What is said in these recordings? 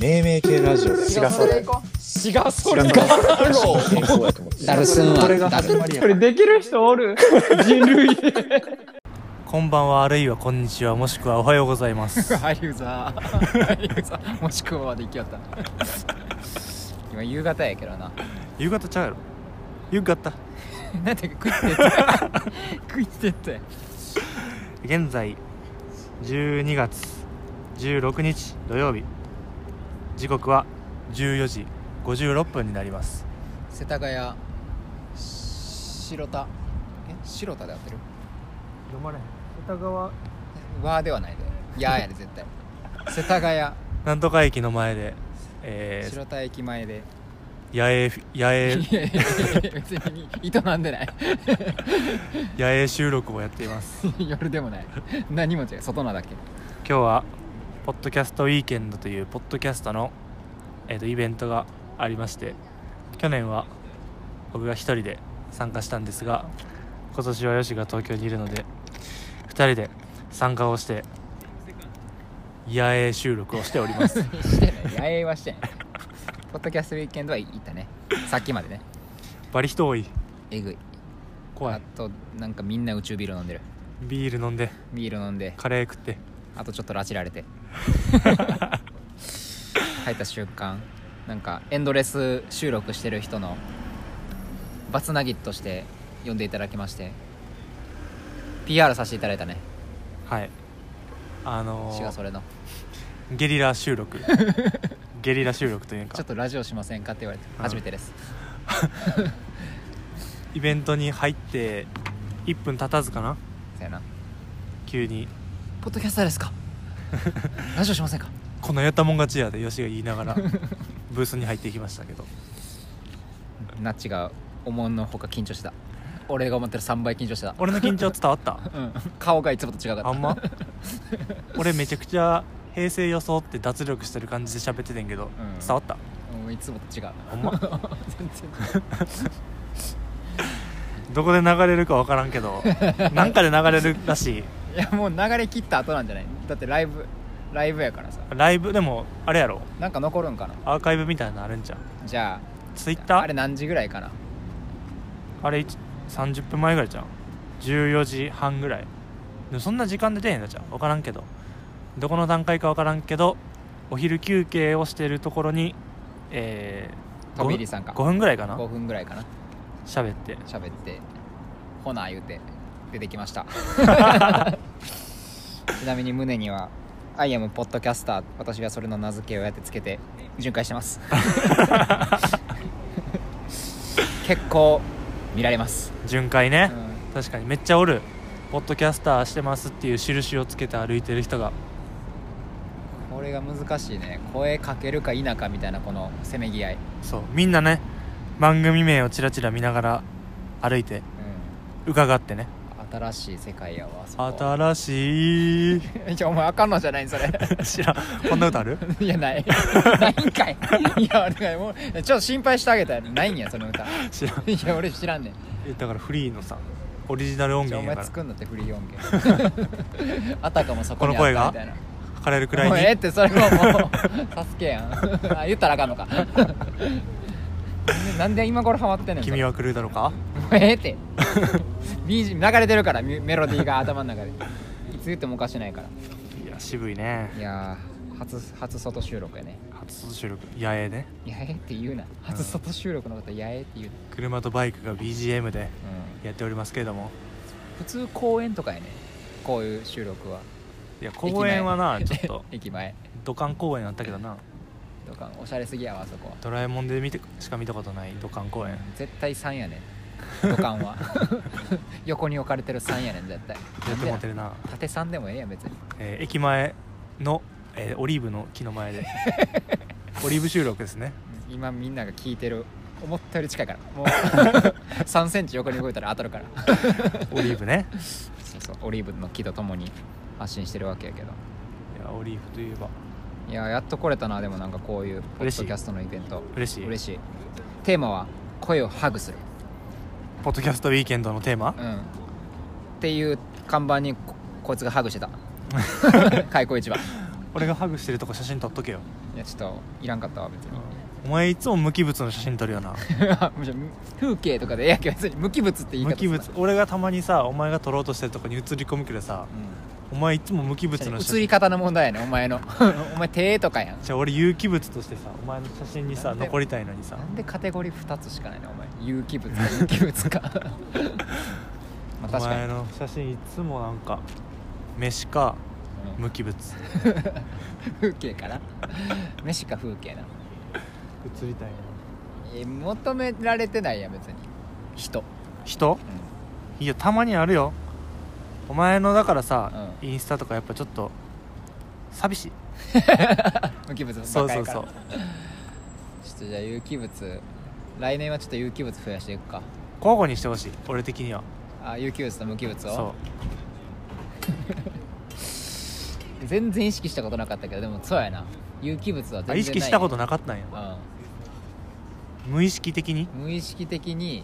命名系ラジオだよ違うそれ行こ違うそれ違うか健康やと思ってダルスンはこれがダ始ルまりやこれできる人おる人類こんばんはあるいはこんにちはもしくはおはようございます ハリウザーハリウザーもしくはまで行きよった今夕方やけどな夕方ちゃうやろ夕方なんで食ってった食ってったよ現在12月16日土曜日時刻は14時56分になります世田谷白田え白田で合ってる読まれへん歌川わーではないでやーやで絶対世田谷なんとか駅の前で、えー白田駅前で野営 野営いやいやいや別に営んでない野営収録をやっています夜でもない何も違う外なだけ今日はポッドキャストウィーケンドというポッドキャストの、えー、とイベントがありまして去年は僕が一人で参加したんですが今年はヨシが東京にいるので2人で参加をして野営収録をしてお りますしてない野営はしてないポッドキャストウィークエンドは行ったねさっきまでねバリ人多いえぐい怖いあとなんかみんな宇宙ビール飲んでるビール飲んでビール飲んでカレー食ってあとちょっと拉致ら れて入った瞬間なんかエンドレス収録してる人のバツナギとして呼んでいただきまして PR させていただいたねはいあのしがそー、れのゲリラ 収録ゲリラ収録というちょかっとラジオしませんかって言われてうん初めてですイベントに入って1分経たずかなさよな急にポッドキャスターです かラジオしませんかこのやったもん勝ちやでよしが言いながらブースに入っていきましたけどナッチが思うのほか緊張してた俺が思ってる3倍緊張してた、俺の緊張伝わったうん、顔がいつもと違かったあんま俺めちゃくちゃ平成装って脱力してる感じで喋っててんけど、ん伝わったうんいつもと違うほん ま全然どこで流れるか分からんけどなんかで流れるらしいいやもう流れ切った後なんじゃないだってライブライブやからさライブでもあれやろなんか残るんかなアーカイブみたいなのあるんじゃんじゃツイッターああれ何時ぐらいかなあれいつ30分前ぐらいじゃん14時半ぐらいでもそんな時間で出へんのじゃん分からんけどどこの段階か分からんけどお昼休憩をしてるところにえー、飛び入り参加5分ぐらいかな5分ぐらいかな喋って喋ってほな言うて出てきました ちなみに胸には「I am ポッドキャスター」私がそれの名付けをやってつけて巡回してます 結構見られます、巡回ねう、ん確かにめっちゃおるポッドキャスターしてますっていう印をつけて歩いてる人がこれが難しいね声かけるか否かみたいなこのせめぎ合い、そうみんなね番組名をチラチラ見ながら歩いて伺ってねうん、新しい世界やわそこ新しい いやお前あかんのじゃないんそれ知らんこんな歌ある いやないないんかいいや俺がもうちょっと心配してあげたらないんやその歌知らん いや俺知らんねんえだからフリーのさオリジナル音じゃあお源前やから作んのってフリー音源 あたかもそこにあったみたいな書かれ るくらもうええいっにてそれはもう助けやん あ言ったらあかんのか なんで今頃ハマってんねんそれ君は狂うだろうかもうええって BGM 流れてるからミュメロディーが頭の中でいつ言ってもおかしないからいや渋いねいやー初初外収録やね初収録野営ねやえって言うな初外収録のことやえって言うな、車とバイクが BGM でうやっておりますけれどもん、普通公園とかやねこういう収録はいや公園はなちょっと駅前土管公園あったけどなとかおしゃれすぎやわあそこはドラえもんで見てしか見たことない土管公園絶対3やねん土管 は横に置かれてる3やねん絶対やってもってるな、縦3でもええやん別にえー駅前の、えーオリーブの木の 前でオリーブ収録ですね今みんなが聞いてる思ったより近いから もう3センチ横に動いたら当たるからオリーブねそうそうオリーブの木とともに発信してるわけやけどいやオリーブといえばいややっと来れたなでもなんかこういうポッ嬉しいドキャストのイベント嬉しい嬉しいテーマは「声をハグする」ポッドキャストウィーケンドのテーマうん、 っていう看板にここいつがハグしてた開口一番俺がハグしてるとこ写真撮っとけよいやちょっといらんかったわ別にお前いつも無機物の写真撮るよなむしろ 風景とかでええやけど別に無機物って 言い方無機す物な俺がたまにさお前が撮ろうとしてるとこに写り込むけどさお前いつも無機物うんの写写真り方の問題やねお前 のお前手とかやんじゃあ俺有機物としてさお前の写真にさなんで残りたいのにさなんでカテゴリー2つしかないねお前有機物か無機物 かまあお確か前にの写真いつもなんか飯かうん無機物風景かな飯か風景な写りたいないや求められてないやん別に人人ういやたまにあるよお前のだからさ、うインスタとかやっぱちょっと寂しいん無機物ばっかそりうかそらうそうちょっとじゃあ有機物来年はちょっと有機物増やしていくか交互にしてほしい俺的にはあ有機物と無機物そを全然意識したことなかったけどでもそうやな有機物は全うあ然ない意識したことなかったんや無意識的にうん、無意識的に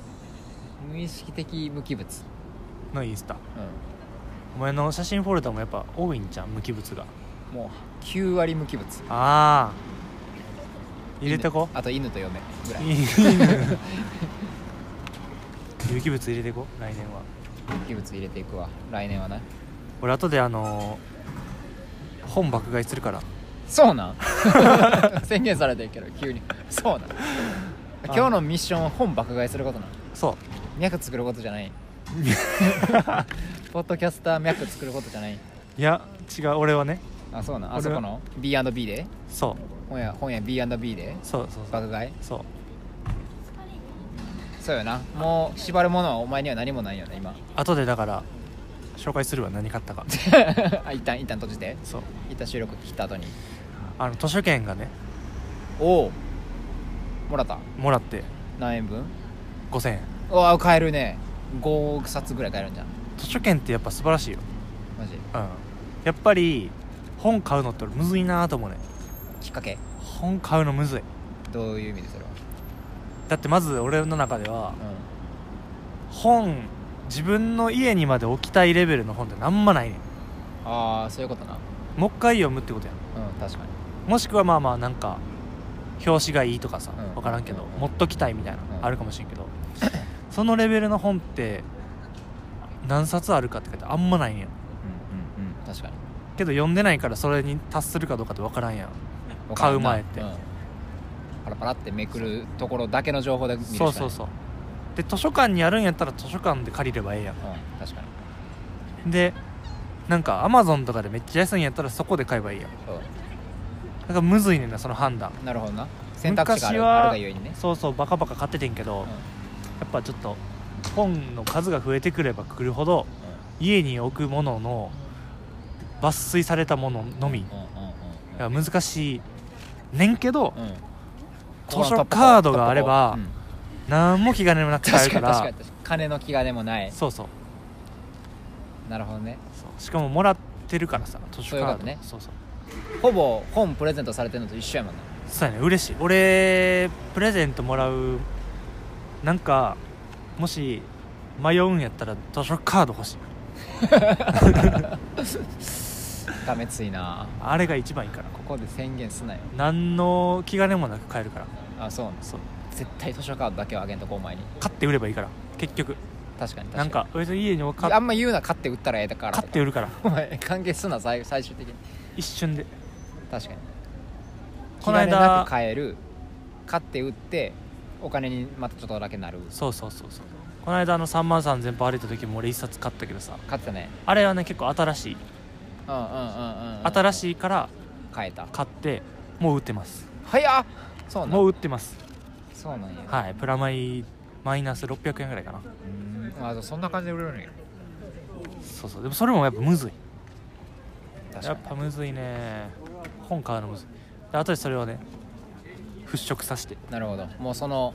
無意識的無機物のインスタうお前の写真フォルダもやっぱ多いんじゃん無機物がんもう9割無機物ああ入れとこ犬あと犬と嫁ぐらい犬有機物入れてこ来年は無機物入れていくわ来年はな俺後であのー本爆買いするからそうなん 宣言されてるけど急にそうなん今日のミッションは本爆買いすることなんそ脈作ることじゃない ポッドキャスター脈作ることじゃないういや違う俺はねあそうなん俺はあそこの B&B でそう本屋本屋 B&B でそうそうそう爆買いそうそうよなもう縛るものはお前には何もないよね今 後でだから紹介するわ何買ったかあ一旦一旦閉じてそう一旦収録切った後にあの図書券がねおおもらったもらって何円分5000円うわ買えるね5冊ぐらい買えるんじゃん図書券ってやっぱ素晴らしいよマジうんやっぱり本買うのって俺むずいなと思うねきっかけ本買うのむずいどういう意味でそれはだってまず俺の中では本自分の家にまで置きたいレベルの本ってなんもないねんああそういうことなもう一回読むってことやんうん確かにもしくはまあまあなんか表紙がいいとかさうん分からんけどうん持っときたいみたいなうんあるかもしれんけど そのレベルの本って何冊あるかって書いてあんまないねんうんうんうん確かにけど読んでないからそれに達するかどうかって分からんやんわからんな買う前ってんパラパラってめくるところだけの情報で見るしかそないうそうそうで図書館にあるんやったら図書館で借りればええやうん確かにんでなんかアマゾンとかでめっちゃ安いんやったらそこで買えばいいやんだそうからむずいねんなその判断なるほどな選択肢があ昔るはあるがゆえにねそうそうバカバカ買っててんけど、うんやっぱちょっと本の数が増えてくればくるほど家に置くものの抜粋されたもののみうんうんうんが難しいねんけどうんうん図書カードがあれうばん何も気兼ねもなく買え確るかかに確からに確かに金の気兼ねもないそうそうなるほどねそうしかももらってるからさ図書カードそういうことねそうそうほぼ本プレゼントされてるのと一緒やもんなそうやね嬉しい俺プレゼントもらうなんかもし迷うんやったら図書カード欲 しいダメついなあれが一番いいからここで宣言すなよ何の気兼ねもなく買えるからあそうなんそう絶対図書カードだけはあげんとこお前に買って売ればいいから結局確かに確かになんか別に家に置かあんま言うな勝って売ったらええだからと買かって売るからお前関係すんな最最終的に一瞬で確かにこの間気兼ねなく買える買って売ってお金にまたちょっとだけなるそうそうそうそうこの間あの3万3000歩歩いた時も俺1冊買ったけどさ買ってたねあれはね結構新しいうんうんうんうん、うん、新いしいから買えた買ってもう売ってます早っそうなんもう売ってますそうなんやはいプラマイマイナス600円ぐらいかなうんあそんな感じで売れるんやそうそうでもそれもやっぱむずい確やかっにぱむずいね本買うのむずいで後でそれをね払拭させてなるほどもうその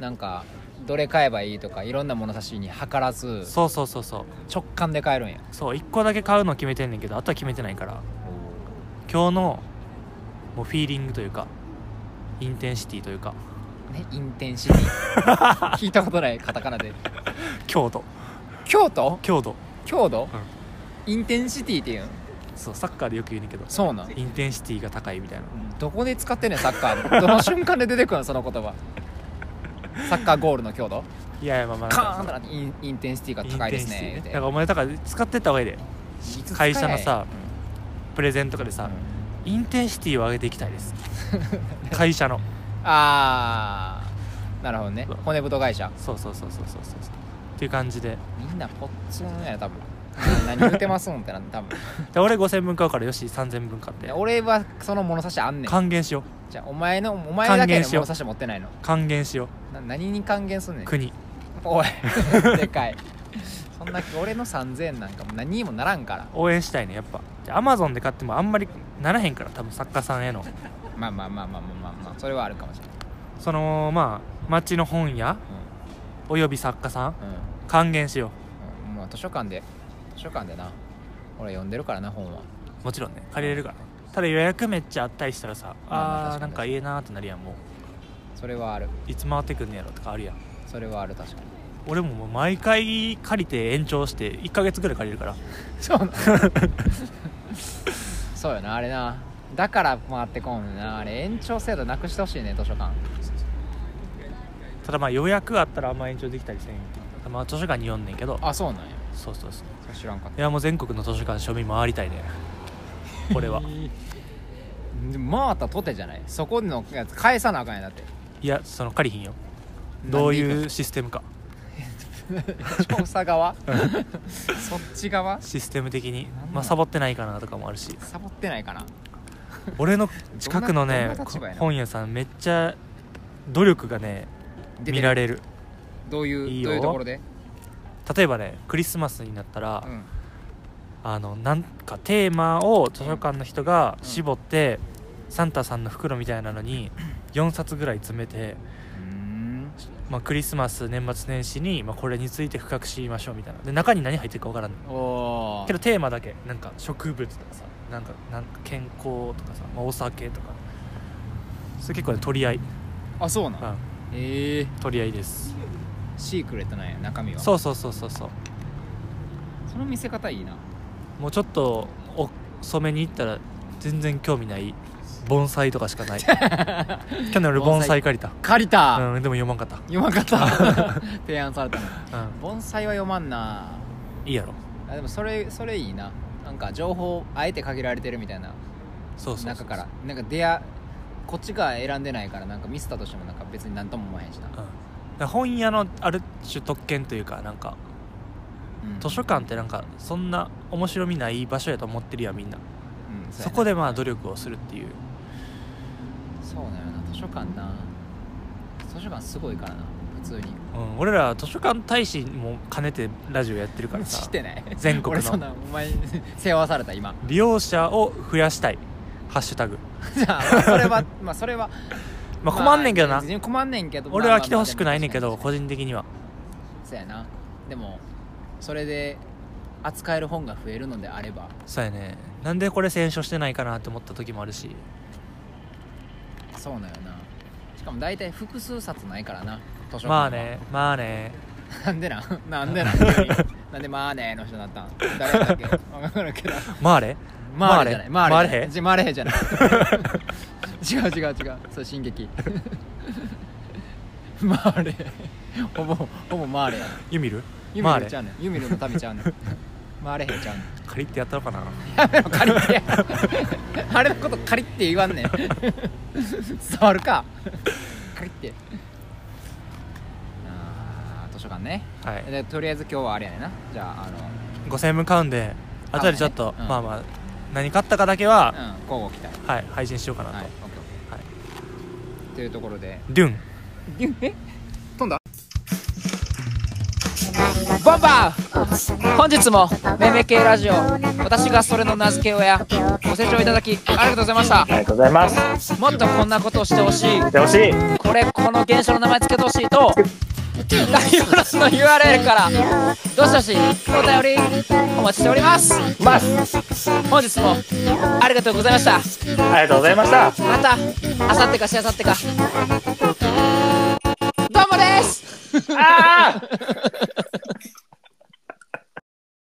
なんかどれ買えばいいとかいろんな物差しに計らずそうそうそうそう直感で買えるんやそう1個だけ買うの決めてんねんけどあとは決めてないから今日のもうフィーリングというかインテンシティというかねインテンシティ 聞いたことないカタカナで強度京都強度強度、うインテンシティっていうんそうサッカーでよく言うねんけどそうなんインテンシティが高いみたいなどこで使ってんねんサッカーどの瞬間で出てくるのその言葉サッカーゴールの強度いやいやまあまあカなーンとんなかってインインテンシティがイン高いテでンシすティねねってだからお前だから使ってった方がいいで会社のさプレゼンとかでさ、インテンシティを上げていきたい です会社のああなるほどねそう骨太会社そうそうそうそうそうそうそうっていう感じでみんなポッツンやな多分 何言うてますんってなって多分で俺5000分買うからよし3000分買って俺はその物差しあんねん還元しよじゃあお前のお前だ還け元のしよう物差し持ってないのう還元しよな何に還元すんねうん国おい でかいそんな俺の3000なんかもう何にもならんから応援したいねやっぱでアマゾンで買ってもあんまりならへんから多分作家さんへのまあまあまあまあまあまあ、まあ、それはあるかもしれないそのまあ町の本屋および作家さんうん、還元しようんまあ、図書館で図書館でな俺読んでるからな本はうもちろんね借りれるからねただ予約めっちゃあったりしたらさまあまああー確かなんにかええなーってなるやんもそれはあるういつ回ってくんねやろとかあるやんそれはある確かに俺ももう毎回借りて延長して1ヶ月ぐらい借りるからそうなそうよなあれなだから回ってこんねんなあれ延長制度なくしてほしいね図書館ただまあ予約あったらあんま延長できたりせんけどまあ図書館に読んねんけどあそうなんやそうそうそうそれ知らんかっいやもう全国の図書館庶民回りたいね これはたで回ったとてじゃないそこのやつ返さなあかんやんだっていやその借りひんよどうなんでいうくシステムかの調査 側そっち側システム的になんなんまあサボってないかなとかもあ るしサボってないかな俺の近くのねどんな立場やな本屋さんめっちゃ努力がね出て見られるどういういいよどういうところで、例えばねクリスマスになったら、うん、あのなんかテーマを図書館の人が絞って、サンタさんの袋みたいな のに4冊ぐらい詰めて、うんまあ、クリスマス年末年始に、まあ、これについて深く知りましょうみたいなで中に何入ってるかわからんのおけーどテーマだけなんか植物とかさなんかなんか健康とかさ、まあ、お酒とかそれ結構ね取り合い、うん、あそうなんええ取り合いですシークレットなんや中身はそうそうそうそうそうその見せ方いいなもうちょっと遅めに行ったら全然興味ない盆栽とかしかない 去年俺盆栽借りた借りた、うん、でも読まんかっ読まんかった 提案されたのた、うん、盆栽は読まんないいやろあでもそれそれいいななんか情報あえて限られてるみたいなそうそうそう中からなんか出会こっちが選んでないからなんかミスったとしてもなんか別に何とも思わへんしなうん、だ、から本屋のある種特権というかなんかうん図書館ってなんかそんな面白みない場所やと思ってるやんみんなうんうやなそこでまあ努力をするっていうそうなよな図書館な図書館すごいからな普通にうん、俺ら図書館大使も兼ねてラジオやってるからさしてない全国俺そんのなお前に背負わされた今利用者を増やしたいハッシュタグじゃあまあそれはまあそれは まあ困んねんけどな、まあ困んねんけど俺は来てほしくないねんけまどあまあまあ個人的にはそうやなでもそれで扱える本が増えるのであればそうやねなんでこれ選書してないかなって思った時もあるしそうなよなしかも大体複数冊ないからな図書館はまあねまあねなんでなん なんでなん急になんでまあねの人になったん誰だっけ分からんけどまあねまあれじゃないまあまあれれじゃないまあれじゃない 違う違う違うそう進 撃まあれほぼほぼまあれやなユミルユミまあルれちゃうねんユミルの民ちゃうねんまあれへんちゃうねん借りてやったのかなやめろ借りてあれのこと借りって言わんねん伝わるか借りってあー図書館ねはいでとりあえず今日はあれやねんなじゃああ5000分買うんであとでちょっと、買うねうんまあまあ何買ったかだけは、のうん交互期待はい配信しようかなと、はいオッケーはいというところでデュンえ飛んだバンバー本日もめめ系ラジオ私がそれの名付け親ご清聴いただきありがとうございましたありがとうございます。もっとこんなことをしてほしい見てほしい。これこの現象の名前つけてほしいと概要欄の URL からどしどしお便りお待ちしておりますます。本日もありがとうございましたありがとうございました。またあさってかしあさってかどうもですああ。